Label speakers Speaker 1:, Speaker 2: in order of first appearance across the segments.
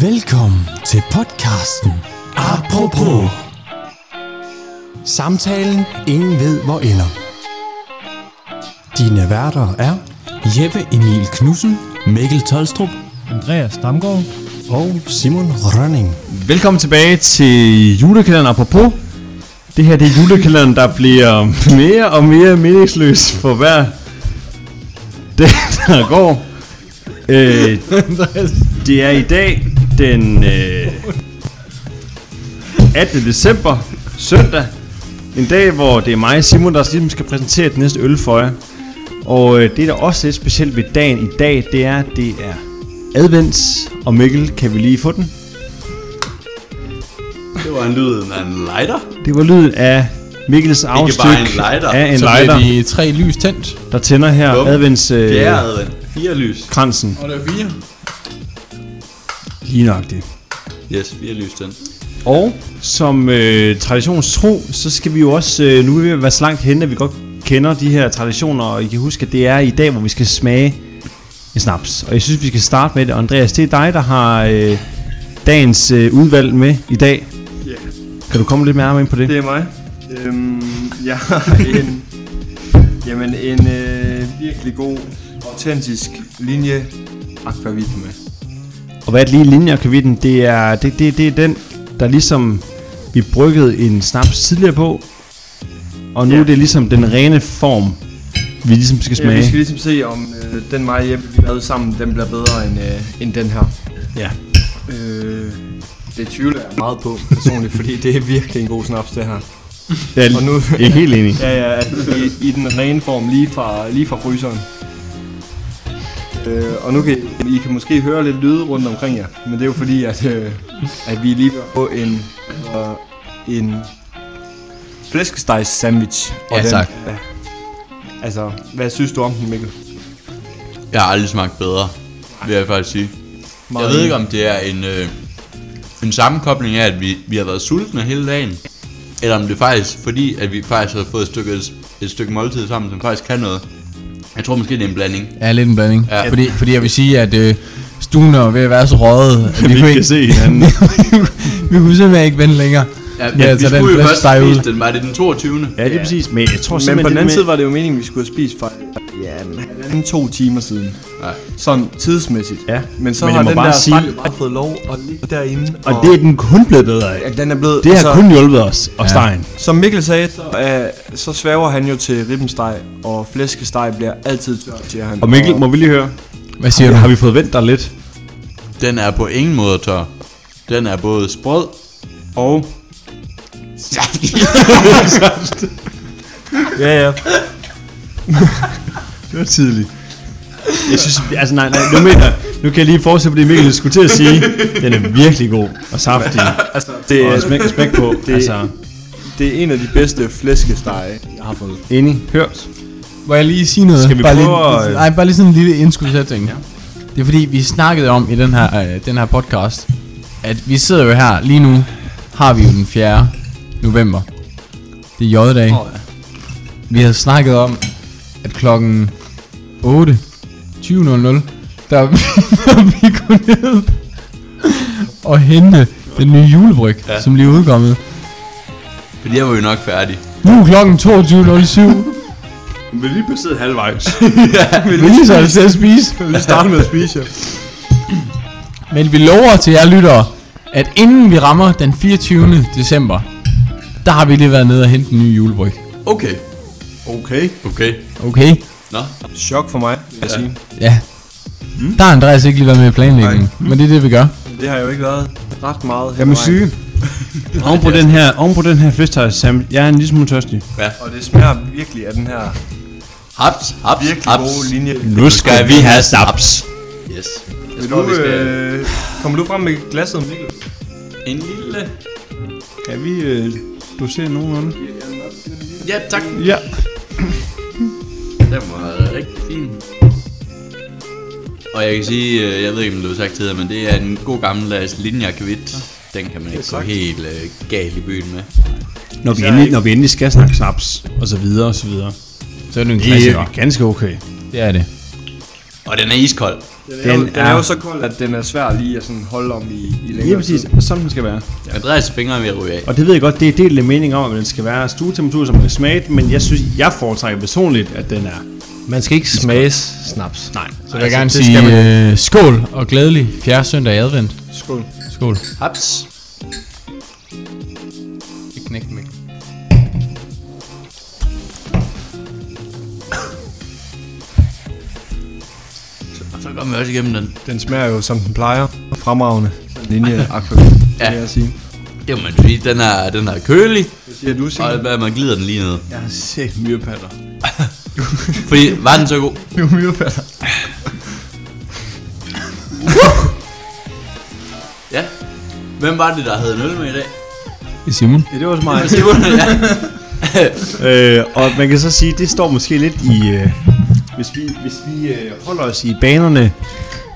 Speaker 1: Velkommen til podcasten Apropos. Samtalen, ingen ved hvor ender. Dine værter er Jeppe Emil Knudsen
Speaker 2: Mikkel Tolstrup.
Speaker 3: Andreas Damgaard.
Speaker 1: og Simon Rønning.
Speaker 2: Velkommen tilbage til julekalenderen apropos. Det her det er julekalenderen, der bliver mere og mere meningsløs for hver dag, der går. Øh, det er i dag den øh, 18. december, søndag. En dag, hvor det er mig, Simon, der ligesom skal præsentere den næste øl for jer. Og øh, det, der også er lidt specielt ved dagen i dag, det er, at det er advents. Og Mikkel, kan vi lige få den?
Speaker 4: Det var en lyden af en lighter.
Speaker 2: Det var lyden af Mikkels afstyk
Speaker 4: bare en lighter.
Speaker 2: af en
Speaker 4: Så
Speaker 2: lighter,
Speaker 3: de tre lys tændt.
Speaker 2: der tænder her
Speaker 4: Bum.
Speaker 2: advents øh,
Speaker 4: Det er advent. Fire lys.
Speaker 2: kransen.
Speaker 3: Og der er fire.
Speaker 2: Lige nøjagtigt.
Speaker 4: Yes, fire lys den.
Speaker 2: Og som øh, traditionstro, så skal vi jo også, øh, nu er vi ved at være så langt henne, at vi godt kender de her traditioner, og I kan huske, at det er i dag, hvor vi skal smage en snaps. Og jeg synes, vi skal starte med det. Andreas, det er dig, der har øh, dagens øh, udvalg med i dag.
Speaker 5: Ja,
Speaker 2: Kan du komme lidt mere ind på det?
Speaker 5: det er mig. Øhm, jeg har en, jamen en øh, virkelig god, autentisk linje akvavit med.
Speaker 2: Og hvad er det lige linjer, Kavitten? Det er, det, det, det er den, der ligesom vi bryggede en snaps tidligere på, og nu ja.
Speaker 5: Ja.
Speaker 2: er det ligesom den rene form, vi ligesom skal
Speaker 5: Ja, vi
Speaker 2: smage.
Speaker 5: skal ligesom se, om øh, den mig hjem, vi lavede sammen, den bliver bedre end, øh, end den her.
Speaker 2: Ja.
Speaker 5: Øh, det tvivler jeg meget på personligt, fordi det er virkelig en god snaps, det her.
Speaker 2: Ja,
Speaker 5: Og nu,
Speaker 2: jeg er helt enig.
Speaker 5: ja, ja, i, i den rene form, lige fra, lige fra fryseren. Øh, og nu kan I, I kan måske høre lidt lyde rundt omkring jer, men det er jo fordi, at, øh, at vi er lige på en, øh, en flæskestegs sandwich. Og
Speaker 4: Ja,
Speaker 5: den-
Speaker 4: tak.
Speaker 5: Ja. Altså, hvad synes du om den, Mikkel?
Speaker 4: Jeg har aldrig smagt bedre, vil jeg faktisk sige. Jeg ved ikke, om det er en, øh, en sammenkobling af, at vi, vi har været sultne hele dagen. Eller om det er faktisk, fordi at vi faktisk har fået et stykke, et stykke måltid sammen, som faktisk kan noget. Jeg tror måske, det er en blanding.
Speaker 6: Ja, lidt en blanding.
Speaker 4: Ja.
Speaker 6: Ja. Fordi, fordi jeg vil sige, at øh, stuen er ved at være så røget, at vi,
Speaker 2: Vi
Speaker 6: kunne
Speaker 2: kan
Speaker 6: ikke,
Speaker 2: se hinanden.
Speaker 6: vi kunne simpelthen ikke vente længere.
Speaker 4: Ja,
Speaker 6: Ja,
Speaker 4: ja vi
Speaker 6: så den
Speaker 4: skulle jo
Speaker 6: flaske
Speaker 4: først
Speaker 6: steg ud.
Speaker 4: spise den, var det den 22.
Speaker 2: Ja, det er præcis. Men jeg tror
Speaker 5: Men på den
Speaker 2: simpelthen,
Speaker 5: anden
Speaker 2: det
Speaker 5: side var det jo meningen, vi skulle have spist for ja, men halvanden, to timer siden.
Speaker 4: Nej.
Speaker 5: Sådan tidsmæssigt.
Speaker 2: Ja,
Speaker 5: Men så
Speaker 2: men jeg
Speaker 5: har
Speaker 2: må
Speaker 5: den
Speaker 2: bare
Speaker 5: der
Speaker 2: sige-
Speaker 5: sige... bare fået lov at ligge derinde.
Speaker 2: med, og det er den kun blevet bedre af.
Speaker 5: at den er blevet...
Speaker 2: Det har
Speaker 5: altså,
Speaker 2: kun hjulpet os og stegen.
Speaker 5: Som Mikkel sagde, så, øh, så svæver han jo til ribbensteg, og flæskesteg bliver altid tør, siger han.
Speaker 2: Og Mikkel, må vi lige høre?
Speaker 6: Hvad siger du?
Speaker 2: Har vi fået vendt dig lidt?
Speaker 4: Den er på ingen måde tør. Den er både sprød
Speaker 2: Og
Speaker 5: Ja, ja.
Speaker 2: Det var tidligt. Jeg synes, altså nej, nej, nu mener jeg- nu kan jeg lige fortsætte på det, Mikkel skulle til at sige. Den er virkelig god og saftig,
Speaker 5: Det
Speaker 2: og
Speaker 5: er,
Speaker 2: smæk, smæk på. Øh, Det, altså,
Speaker 5: Altså, det er en af de bedste flæskestege, jeg har fået.
Speaker 2: enig, hørt.
Speaker 6: Må jeg lige sige noget?
Speaker 2: Skal vi
Speaker 6: bare
Speaker 2: prøve
Speaker 6: lige,
Speaker 2: at-
Speaker 6: Nej, bare lige sådan en lille indskudssætning. Ja. Det er fordi, vi snakkede om i den her, øh, den her podcast, at vi sidder jo her lige nu, har vi jo den 4. november. Det er J-dag. Oh, ja. Vi havde snakket om, at klokken 8, 20.00, der, der vi kunne ned og hente den nye julebryg, ja. som lige er udkommet.
Speaker 4: Fordi jeg var jo nok færdig.
Speaker 6: Nu er klokken 22.07.
Speaker 2: Vi er lige passeret halvvejs.
Speaker 6: Vi er lige så til at spise. Vi starter med at spise, ja. Men vi lover til jer lyttere, at inden vi rammer den 24. december, der har vi lige været nede og hente en ny julebryg.
Speaker 4: Okay.
Speaker 5: Okay.
Speaker 4: Okay.
Speaker 6: Okay?
Speaker 4: Nå.
Speaker 5: Chok for mig, vil jeg
Speaker 4: Ja.
Speaker 5: ja. sige.
Speaker 6: Ja. Mm. Der har Andreas ikke lige været med i planlægningen, men det er det, vi gør.
Speaker 5: Det har jo ikke været ret meget.
Speaker 2: Jeg må syge. Oven på den her, oven på den her flæskesteg, Sam, jeg er en lille smule tørstig.
Speaker 4: Ja.
Speaker 5: Og det smager virkelig af den her
Speaker 4: Haps, haps,
Speaker 5: virkelig
Speaker 4: haps.
Speaker 5: gode linje.
Speaker 2: Nu
Speaker 4: Skal vi have snaps? Yes.
Speaker 5: Vil du, øh, kommer du frem med glasset, Mikkel?
Speaker 4: En lille...
Speaker 2: Kan vi øh, dosere nogenlunde?
Speaker 4: Ja, tak.
Speaker 2: Ja.
Speaker 4: Den var rigtig fin. Og jeg kan sige, øh, jeg ved ikke, om du har sagt tidligere, men det er en god gammeldags linjakvit. Den kan man ikke gå helt øh, galt i byen med.
Speaker 2: Når vi, endelig, når vi endelig skal snakke snaps, og så videre, Altså, og så videre.
Speaker 6: Så er det en
Speaker 2: Det
Speaker 6: klassiker.
Speaker 2: er ganske okay.
Speaker 6: Det er det.
Speaker 4: Og den er iskold.
Speaker 5: Den er, jo,
Speaker 2: Den
Speaker 5: den er
Speaker 2: er-
Speaker 5: jo så kold, at den er svær lige at sådan holde om i, i længere
Speaker 2: Lige præcis,
Speaker 5: tid.
Speaker 2: som den skal være.
Speaker 4: Andreas fingre er ved at ryge af.
Speaker 2: Og det ved jeg godt, det er delt lidt mening om, at den skal være stuetemperatur, som man kan smage den, men jeg synes, jeg foretrækker personligt, at den er...
Speaker 3: Man skal ikke smage snaps.
Speaker 2: Nej,
Speaker 6: Så vil jeg gerne
Speaker 3: Altså, det
Speaker 6: sige
Speaker 3: skal
Speaker 6: øh, skål og glædelig fjerde søndag i advent.
Speaker 5: Skål.
Speaker 6: Skål.
Speaker 5: Haps.
Speaker 6: Det knækker mig.
Speaker 4: Så kommer vi også igennem den.
Speaker 5: Den smager jo, som den plejer. Fremragende. Linje aqua.
Speaker 4: Ja.
Speaker 5: ja. Det vil jeg sige.
Speaker 4: Det må man sige, den er, den er kølig,
Speaker 5: Hvad siger du,
Speaker 4: og
Speaker 5: Signe?
Speaker 4: hvad, man glider den lige ned.
Speaker 2: jeg har set myrepatter.
Speaker 4: Fordi, var den så god?
Speaker 5: Du myrepatter.
Speaker 4: Ja. Hvem var det, der havde en øl med i dag?
Speaker 6: Simon.
Speaker 5: Ja, det var så meget.
Speaker 4: Simon, ja.
Speaker 2: Øh, og man kan så sige, det står måske lidt i... Øh, hvis vi, hvis vi øh, holder os i banerne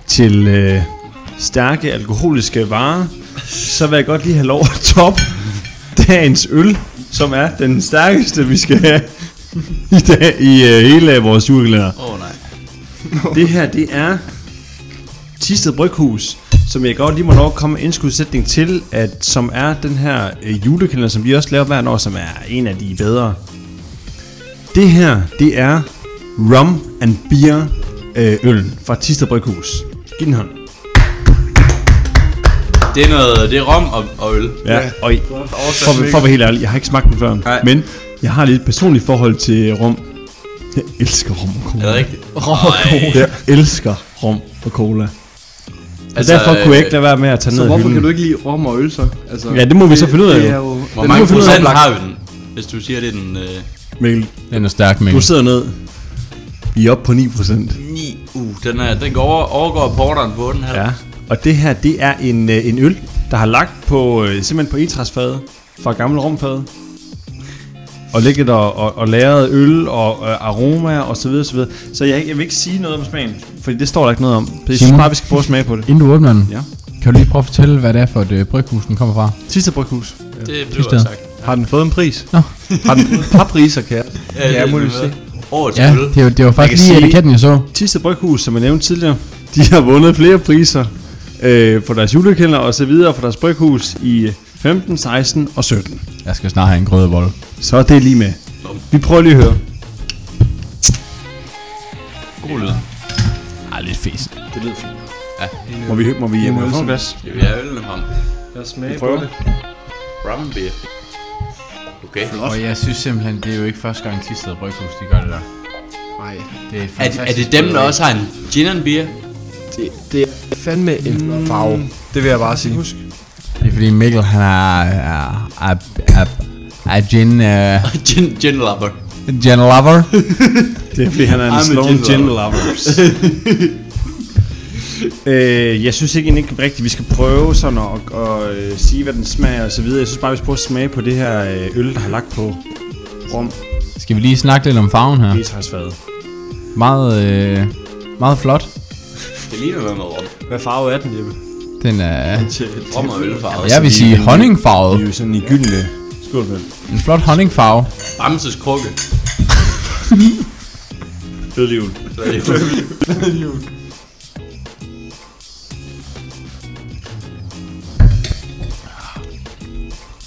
Speaker 2: til øh, stærke alkoholiske varer, så vil jeg godt lige have lov at toppe dagens øl, som er den stærkeste, vi skal have i, dag, i øh, hele vores julekalender.
Speaker 4: Åh oh, nej.
Speaker 2: Det her, det er Tisted Bryghus, som jeg godt lige må lov at komme med en indskudsætning til, at, som er den her øh, julekalender, som vi også laver hvert år, som er en af de bedre. Det her, det er rum and beer øh, øl fra Tisted Bryghus. Giv den hånd.
Speaker 4: Det er noget, det er rom og, og øl.
Speaker 2: Ja, og I, for, for at være helt ærlig, jeg har ikke smagt den før,
Speaker 4: Nej.
Speaker 2: men jeg har lidt personligt forhold til rom. Jeg elsker rom og
Speaker 4: Er det
Speaker 2: cola.
Speaker 4: rigtigt? Rom og
Speaker 2: Jeg elsker rom og cola. Altså,
Speaker 4: Altså,
Speaker 2: derfor kunne jeg
Speaker 4: øh,
Speaker 2: ikke lade være med at tage ned
Speaker 5: Så
Speaker 2: af
Speaker 5: hvorfor
Speaker 2: hylden.
Speaker 5: kan du ikke lide rom og øl så? Altså,
Speaker 2: Ja, det må vi så finde ud af,
Speaker 5: Det
Speaker 2: jo.
Speaker 5: er jo
Speaker 4: Hvor
Speaker 2: Den
Speaker 4: mange
Speaker 2: må vi finde ud af
Speaker 4: procent
Speaker 2: oplagt.
Speaker 4: har vi den? Hvis du siger, det er den øh,
Speaker 2: Mikkel,
Speaker 6: Den er stærk,
Speaker 2: du
Speaker 6: Mikkel.
Speaker 2: sidder ned. Vi er oppe på 9%.
Speaker 4: 9. Uh, den, er, den går over, overgår porteren på den her.
Speaker 2: Ja. Og det her, det er en, øh, en øl, der har lagt på, øh, simpelthen på etræsfadet fra gammel rumfad. Og ligget og, og, og lagret øl og øh, aroma og så videre, så videre. Så jeg, jeg vil ikke sige noget om smagen, fordi det står der ikke noget om. Det synes
Speaker 6: Simon?
Speaker 2: bare, vi skal prøve at smage på det.
Speaker 6: Inden du åbner den,
Speaker 2: Ja.
Speaker 6: kan du lige prøve at fortælle, hvad det er for et øh, bryghus, den kommer fra?
Speaker 2: Sidste bryghus.
Speaker 4: Det blev
Speaker 6: Tysted.
Speaker 4: også sagt.
Speaker 5: Har den fået en pris?
Speaker 6: Nå.
Speaker 5: Har den fået et par priser, kære?
Speaker 4: Ja,
Speaker 5: Ja,
Speaker 4: det
Speaker 5: må
Speaker 4: er
Speaker 5: du
Speaker 4: noget.
Speaker 5: se.
Speaker 4: Årets
Speaker 6: Ja,
Speaker 4: øl.
Speaker 6: det var, det var faktisk
Speaker 2: kan
Speaker 6: lige
Speaker 2: sige-
Speaker 6: etiketten, jeg så.
Speaker 2: Tiste Bryghus, som jeg nævnte tidligere, de har vundet flere priser øh, for deres julekender og så videre for deres bryghus i 15, 16 og 17.
Speaker 6: Jeg skal snart have en grødebolle.
Speaker 2: Så er det lige med. Vi prøver lige at høre.
Speaker 4: God lyd.
Speaker 6: Ej, lidt fæsen.
Speaker 2: Det lyder fint.
Speaker 4: Ja.
Speaker 2: Må vi, må vi, må vi få
Speaker 5: Olsen.
Speaker 2: en glas?
Speaker 4: Skal vi have ølene frem?
Speaker 5: Lad os smage
Speaker 2: Prøver.
Speaker 5: på det.
Speaker 4: Rum beer. Okay.
Speaker 6: Og jeg synes simpelthen, det er jo ikke første gang Tisted og Bryghus, de gør det der.
Speaker 5: Nej,
Speaker 6: Det er,
Speaker 4: Er, er det dem, der også har en gin and beer?
Speaker 5: det, det er fandme en
Speaker 4: Mm.
Speaker 5: farve. Det vil jeg bare sige. Husk.
Speaker 6: Det er fordi Mikkel, han er... er, er, er, er gin... Uh,
Speaker 4: gin, gin lover.
Speaker 6: gin lover.
Speaker 2: Det er fordi, han er
Speaker 4: I'm a
Speaker 2: en
Speaker 4: gin
Speaker 2: slow
Speaker 4: lover.
Speaker 2: gin lovers. øh, jeg synes ikke, ikke rigtigt, vi skal prøve sådan at, at, øh, sige, hvad den smager og så videre. Jeg synes bare, vi skal prøve at smage på det her øh, øl, der har lagt på rum
Speaker 6: Skal vi lige snakke lidt om farven her?
Speaker 2: i træsfadet.
Speaker 6: Meget, øh, meget flot.
Speaker 4: Det ligner noget med rom.
Speaker 5: Hvad farve er den, Jeppe?
Speaker 6: Den er...
Speaker 4: Rom og ølfarvet.
Speaker 6: Jeg vil sige honningfarvet.
Speaker 2: Det er jo sådan i gyldne. Skål med den.
Speaker 6: En flot honningfarve.
Speaker 4: Bamses krukke.
Speaker 2: Dødelig jul.
Speaker 4: Så er det jo-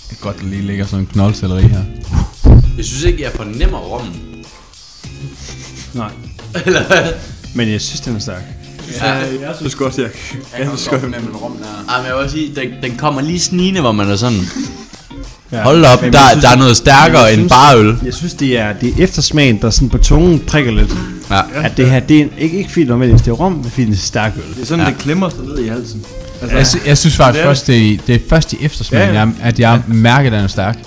Speaker 6: Det er godt, der lige ligger sådan en knoldcelleri her.
Speaker 4: Jeg synes ikke, jeg fornemmer rommen.
Speaker 2: Nej. Men jeg synes, den er stærk.
Speaker 4: Ja,
Speaker 5: Jeg synes godt, jeg
Speaker 6: Jeg kan også godt fornemme, hvor rummet er.
Speaker 4: ej, men jeg vil også sige, den, den kommer lige snigende, hvor man er sådan.
Speaker 2: Ja.
Speaker 4: Hold da op,
Speaker 2: Men
Speaker 4: der,
Speaker 2: jeg synes-
Speaker 4: der er noget stærkere
Speaker 2: jeg
Speaker 4: end
Speaker 2: synes-
Speaker 4: bare øl.
Speaker 2: Jeg synes, det er, det er eftersmagen, der sådan på tungen prikker lidt.
Speaker 4: Ja.
Speaker 2: At det her, det er en, ikke, ikke fint nødvendigvis, det er rom, men fint det er stærk øl.
Speaker 5: Det er sådan,
Speaker 4: Ja.
Speaker 5: ja. det klemmer sig ned i halsen. Altså,
Speaker 6: Jeg, sy- jeg synes faktisk
Speaker 5: Det er
Speaker 6: det først, det, er i- det er først i eftersmagen,
Speaker 5: Ja,
Speaker 6: ja,
Speaker 5: ja.
Speaker 6: ja. at jeg ja. mærker, at den er stærk.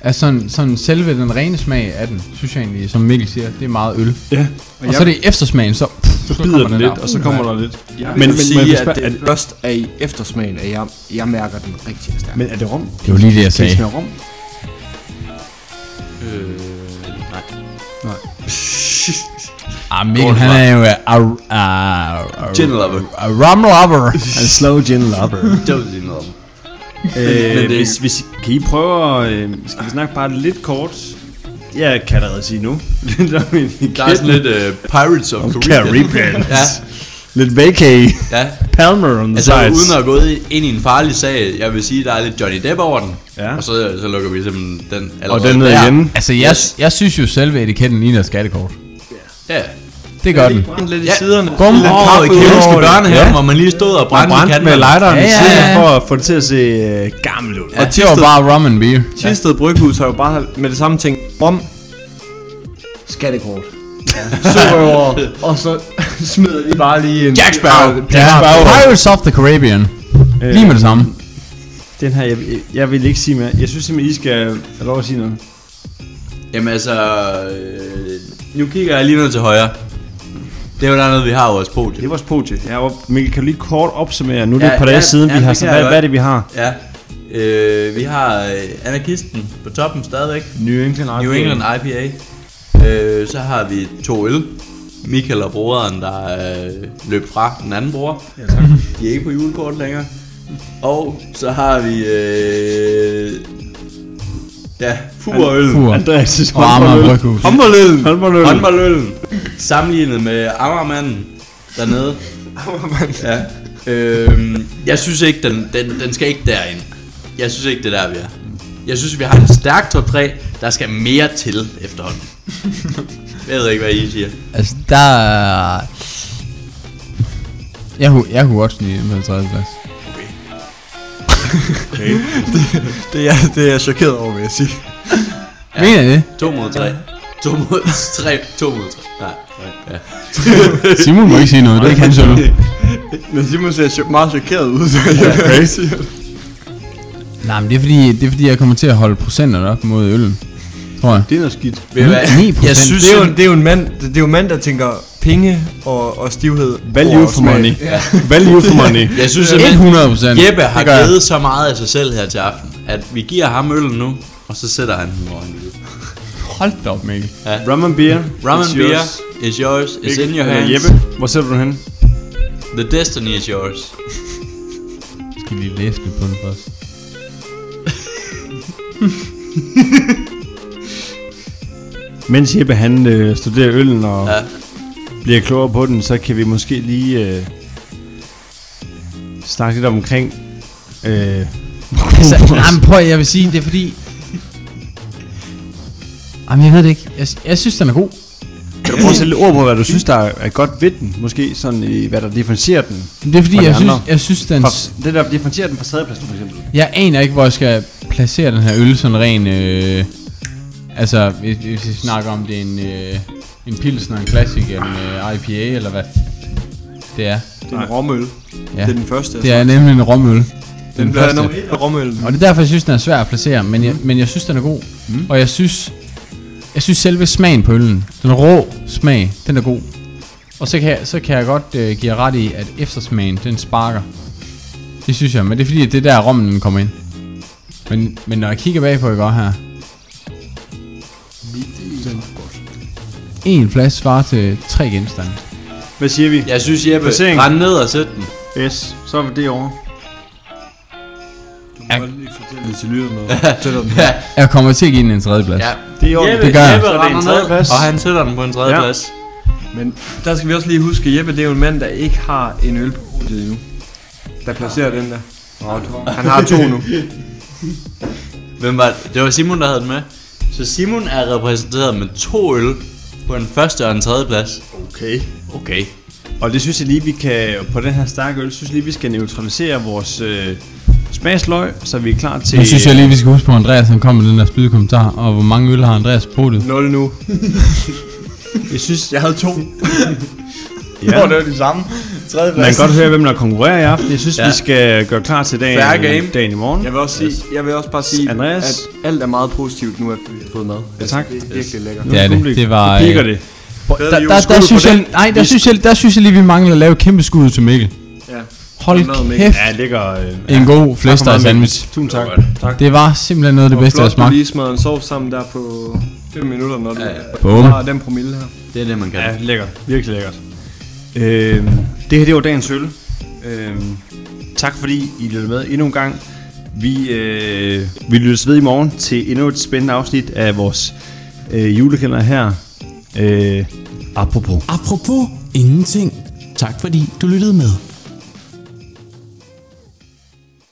Speaker 6: Altså sådan, sådan selve den rene smag af den, synes jeg egentlig, som Mikkel siger, det er meget øl. Og,
Speaker 5: ja.
Speaker 6: og så er det i eftersmagen, så, pff, så,
Speaker 2: bider den lidt, og så kommer der lidt.
Speaker 5: Jeg
Speaker 2: vil
Speaker 5: men,
Speaker 2: jo
Speaker 5: men,
Speaker 2: sige,
Speaker 5: sige,
Speaker 2: at
Speaker 5: at
Speaker 2: det
Speaker 5: det først er i eftersmagen, at jeg, jeg mærker den rigtig stærkt.
Speaker 2: Men er det rom?
Speaker 6: Det var lige det, jeg
Speaker 2: Kan I
Speaker 6: sagde.
Speaker 2: smage rom?
Speaker 4: Øh, nej.
Speaker 6: Ah, Mikkel, han er jo øh, a, a, a, a,
Speaker 4: Gin lover.
Speaker 6: a rum lover.
Speaker 2: En slow gin lover.
Speaker 4: Det var lige noget.
Speaker 2: øh,
Speaker 4: Men det-
Speaker 2: hvis, hvis, kan I prøve at... Øh, skal vi snakke bare lidt kort jeg kan allerede sige nu. der er min
Speaker 4: Der er sådan lidt øh, Pirates of Caribbean.
Speaker 2: Caribbean.
Speaker 4: ja,
Speaker 2: lidt vacay.
Speaker 4: ja.
Speaker 2: Palmer on the
Speaker 4: Altså
Speaker 2: sides.
Speaker 4: uden at gå i- ind i en farlig sag, jeg vil sige, der er lidt Johnny Depp over den.
Speaker 2: Ja.
Speaker 4: Og så, så lukker vi simpelthen den
Speaker 2: Og
Speaker 4: allerede
Speaker 2: den ned
Speaker 4: der.
Speaker 2: igen.
Speaker 6: Altså, jeg, jeg synes jo selve etiketten ligner et skattekort.
Speaker 4: Ja.
Speaker 6: Det gør den.
Speaker 5: Brændt lidt i
Speaker 4: Ja.
Speaker 5: siderne.
Speaker 6: Kom
Speaker 4: Den
Speaker 6: over i
Speaker 4: oh, kæmske
Speaker 6: kælderen.
Speaker 4: børnehave, ja. hvor man lige stod og brændte,
Speaker 2: Brændt med lighteren ja,
Speaker 6: Ja, ja,
Speaker 2: ja,
Speaker 6: ja.
Speaker 2: ja. for at få det til at se øh, gammel ud.
Speaker 6: Og det var bare rum and beer.
Speaker 5: Tisted Bryghus har jo bare med det samme ting. Rom. Skattekort. Ja. Sørøver. og så smider de bare lige en...
Speaker 4: Jack Sparrow.
Speaker 6: Ja,
Speaker 2: Sparrow.
Speaker 6: Pirates of the Caribbean. Lige med det samme.
Speaker 2: Den her, jeg, jeg vil ikke sige mere. Jeg synes simpelthen, I skal have lov at sige noget.
Speaker 4: Jamen altså, øh, nu kigger jeg lige noget til højre. Det er jo noget, vi har i vores
Speaker 2: Det
Speaker 4: podie.
Speaker 2: er vores podie. Ja, og Mikkel, kan du lige kort opsummere? Nu er det
Speaker 4: Ja,
Speaker 2: et par dage
Speaker 4: ja,
Speaker 2: siden,
Speaker 4: ja,
Speaker 2: vi har
Speaker 4: det
Speaker 2: så
Speaker 4: kan
Speaker 2: hvad,
Speaker 4: jeg
Speaker 2: hvad er
Speaker 4: godt.
Speaker 2: det, vi har?
Speaker 4: Ja. Øh, vi har øh, anarkisten på toppen stadigvæk.
Speaker 2: New England
Speaker 4: New England IPA. Øh, så har vi to øl. Michael og broderen, der øh, løb fra den anden bror. Ja, tak. De er ikke på julekort længere. Og så har vi... Øh, ja, furøl.
Speaker 6: Fur.
Speaker 2: Andreas'
Speaker 6: Og Amager
Speaker 2: håndboldøl.
Speaker 6: Bryghus.
Speaker 5: Håndboldøl.
Speaker 2: Håndboldøl.
Speaker 4: Håndboldøllen. Sammenlignet med Ammermanden dernede. Ammermanden. Ja. Øhm, jeg synes ikke, den, den, den skal ikke derind. Jeg synes ikke, det er der, vi er. Jeg synes, vi har en stærk top 3. Der skal mere til efterhånden. Jeg ved ikke, hvad I siger.
Speaker 6: Altså, der er... Jeg, hu- jeg kunne godt snige den på den tredje plads.
Speaker 5: Det er, jeg- det er jeg chokeret over, vil jeg sige.
Speaker 6: Ja. Mener I det?
Speaker 4: 2 mod 3. 2 mod 3. 2 mod 3. Nej. Ja.
Speaker 6: Simon må ikke sige noget, det er ikke hans øl.
Speaker 5: Men Simon ser cho- meget chokeret ud, så jeg vil ikke sige det.
Speaker 6: Nej, men det er, fordi, det er fordi, jeg kommer til at holde procenterne op mod øllen. Tror jeg.
Speaker 5: Det er noget skidt.
Speaker 4: Ved I hvad?
Speaker 6: 9%.
Speaker 4: Jeg synes,
Speaker 5: Det er jo, det er jo en mand, det det er jo en mand, der tænker penge og, og stivhed.
Speaker 2: Value
Speaker 5: over
Speaker 2: for
Speaker 5: smag.
Speaker 2: money. Value for money.
Speaker 4: jeg synes simpelthen,
Speaker 6: 100 procent.
Speaker 4: Jeppe har givet så meget af sig selv her til aften, at vi giver ham øllen nu, og så sætter han den over en lyd.
Speaker 6: Hold da op, Mikkel.
Speaker 2: Rum and beer.
Speaker 4: Rum
Speaker 2: It's yours.
Speaker 4: and beer is yours, is in your
Speaker 2: Øh,
Speaker 4: hands.
Speaker 2: Jeppe, hvor sætter du den henne?
Speaker 4: The destiny is yours.
Speaker 6: Skal vi læse det på den først?
Speaker 2: Mens Jeppe han øh, studerer øllen og
Speaker 4: Ja.
Speaker 2: ja. bliver klogere på den, så kan vi måske lige øh, snakke lidt omkring... Øh,
Speaker 6: Altså, nej, men prøv, at- jeg vil sige, det er fordi... Jamen, jeg ved det ikke. Jeg, jeg synes, den er god.
Speaker 2: kan du prøve at sætte lidt ord på, hvad du synes, der er godt ved den? Måske sådan i, hvad der differentierer den.
Speaker 6: Men Det er fordi,
Speaker 2: Fra de
Speaker 6: jeg synes,
Speaker 2: andre.
Speaker 6: jeg synes, den...
Speaker 2: Fra, det der differentierer den fra sædepladsen, for eksempel.
Speaker 6: Jeg aner ikke, hvor jeg skal placere den her øl sådan ren... Øh, altså, hvis, hvis vi snakker om, det er en, øh, en pilsner, en classic, en øh, IPA, eller hvad f- det er.
Speaker 5: Det er en romøl.
Speaker 6: Ja.
Speaker 5: Det er den første.
Speaker 6: Det er nemlig en romøl.
Speaker 5: den, den første. Den er romøl.
Speaker 6: Og det er derfor, jeg synes, den er svær at placere, men jeg, men jeg synes, den er god. Mm. Og jeg synes, jeg synes selve smagen på øllen, den rå smag, den er god. Og så kan jeg, så kan jeg godt øh, give jer ret i, at eftersmagen, den sparker. Det synes jeg, men det er fordi, at det er der rommen den kommer ind. Men, men når jeg kigger bagpå, jeg godt her. En flaske svarer til tre genstande.
Speaker 2: Hvad siger vi?
Speaker 4: Jeg synes, Jeppe,
Speaker 2: Placering.
Speaker 4: rend ned og sæt den.
Speaker 2: Yes, så er vi det over.
Speaker 5: Lidt til lyden og fortæller dem.
Speaker 4: Ja,
Speaker 6: Jeg kommer til at give den en tredje plads.
Speaker 4: ja.
Speaker 2: Det er over.
Speaker 4: Jeppe,
Speaker 6: det gør jeg.
Speaker 4: Jeppe
Speaker 2: Så er det
Speaker 4: render
Speaker 2: en
Speaker 4: ned,
Speaker 2: tredjeplads.
Speaker 4: og han sætter den på en tredje
Speaker 2: Ja.
Speaker 4: plads.
Speaker 5: Men der skal vi også lige huske, at Jeppe, det er jo en mand, der ikke har en øl på podiet endnu. Der placerer den der. Han har to nu.
Speaker 4: Hvem var det? Det var Simon, der havde den med. Så Simon er repræsenteret med to øl på en første og en tredje plads.
Speaker 2: Okay.
Speaker 4: Okay.
Speaker 2: Og det synes jeg lige, vi kan, på den her stærke øl, synes jeg lige, vi skal neutralisere vores øh, smagsløg, så vi er klar til...
Speaker 6: Nu synes jeg lige, vi skal huske på Andreas, han kom med den der spydige kommentar, og hvor mange øl har Andreas på det?
Speaker 5: Nul nu.
Speaker 2: øh, Jeg synes,
Speaker 5: Jeg havde to.
Speaker 2: ja,
Speaker 5: det var de samme. Tredje
Speaker 2: man kan godt høre, hvem der konkurrerer i aften. Jeg synes, ja.
Speaker 4: Ja.
Speaker 2: vi skal gøre klar til dagen, øh,
Speaker 4: Fair game.
Speaker 2: dagen i morgen.
Speaker 5: Jeg vil også, sige, jeg vil også bare sige,
Speaker 2: Andreas?
Speaker 5: at alt er meget positivt nu, efter vi har fået mad.
Speaker 2: Ja, tak.
Speaker 5: Det er virkelig lækkert.
Speaker 6: Det er det. Det var...
Speaker 2: Det piker
Speaker 6: øh,
Speaker 2: det.
Speaker 6: Der,
Speaker 5: Bedre
Speaker 6: der,
Speaker 5: jul.
Speaker 6: der,
Speaker 5: Skud
Speaker 6: der,
Speaker 5: på
Speaker 6: synes
Speaker 5: den.
Speaker 6: jeg, nej, der, synes jeg, der synes jeg lige, vi mangler at lave et kæmpe skud til Mikkel.
Speaker 5: Ja.
Speaker 6: Hold
Speaker 5: Sådan noget, Mikkel.
Speaker 6: kæft,
Speaker 2: Ja, ligger... Øh, ja.
Speaker 6: en god flæster
Speaker 2: meget,
Speaker 6: sandwich.
Speaker 2: Tusind tak. tak.
Speaker 6: Det var simpelthen noget af det bedste, jeg
Speaker 5: Flot, du
Speaker 6: smagte.
Speaker 5: lige smadrer en sovs sammen der på 5 minutter, når du
Speaker 6: Bum.
Speaker 5: har den promille her.
Speaker 4: Det er det, man kan.
Speaker 2: Ja, lækkert. Virkelig lækkert. Øh, det her, det var dagens øl. Øh, tak fordi I lyttede med endnu en gang. Vi, øh, vi lyttes ved i morgen til endnu et spændende afsnit af vores øh, julekalender her. Øh, apropos.
Speaker 1: Apropos ingenting. Tak fordi du lyttede med.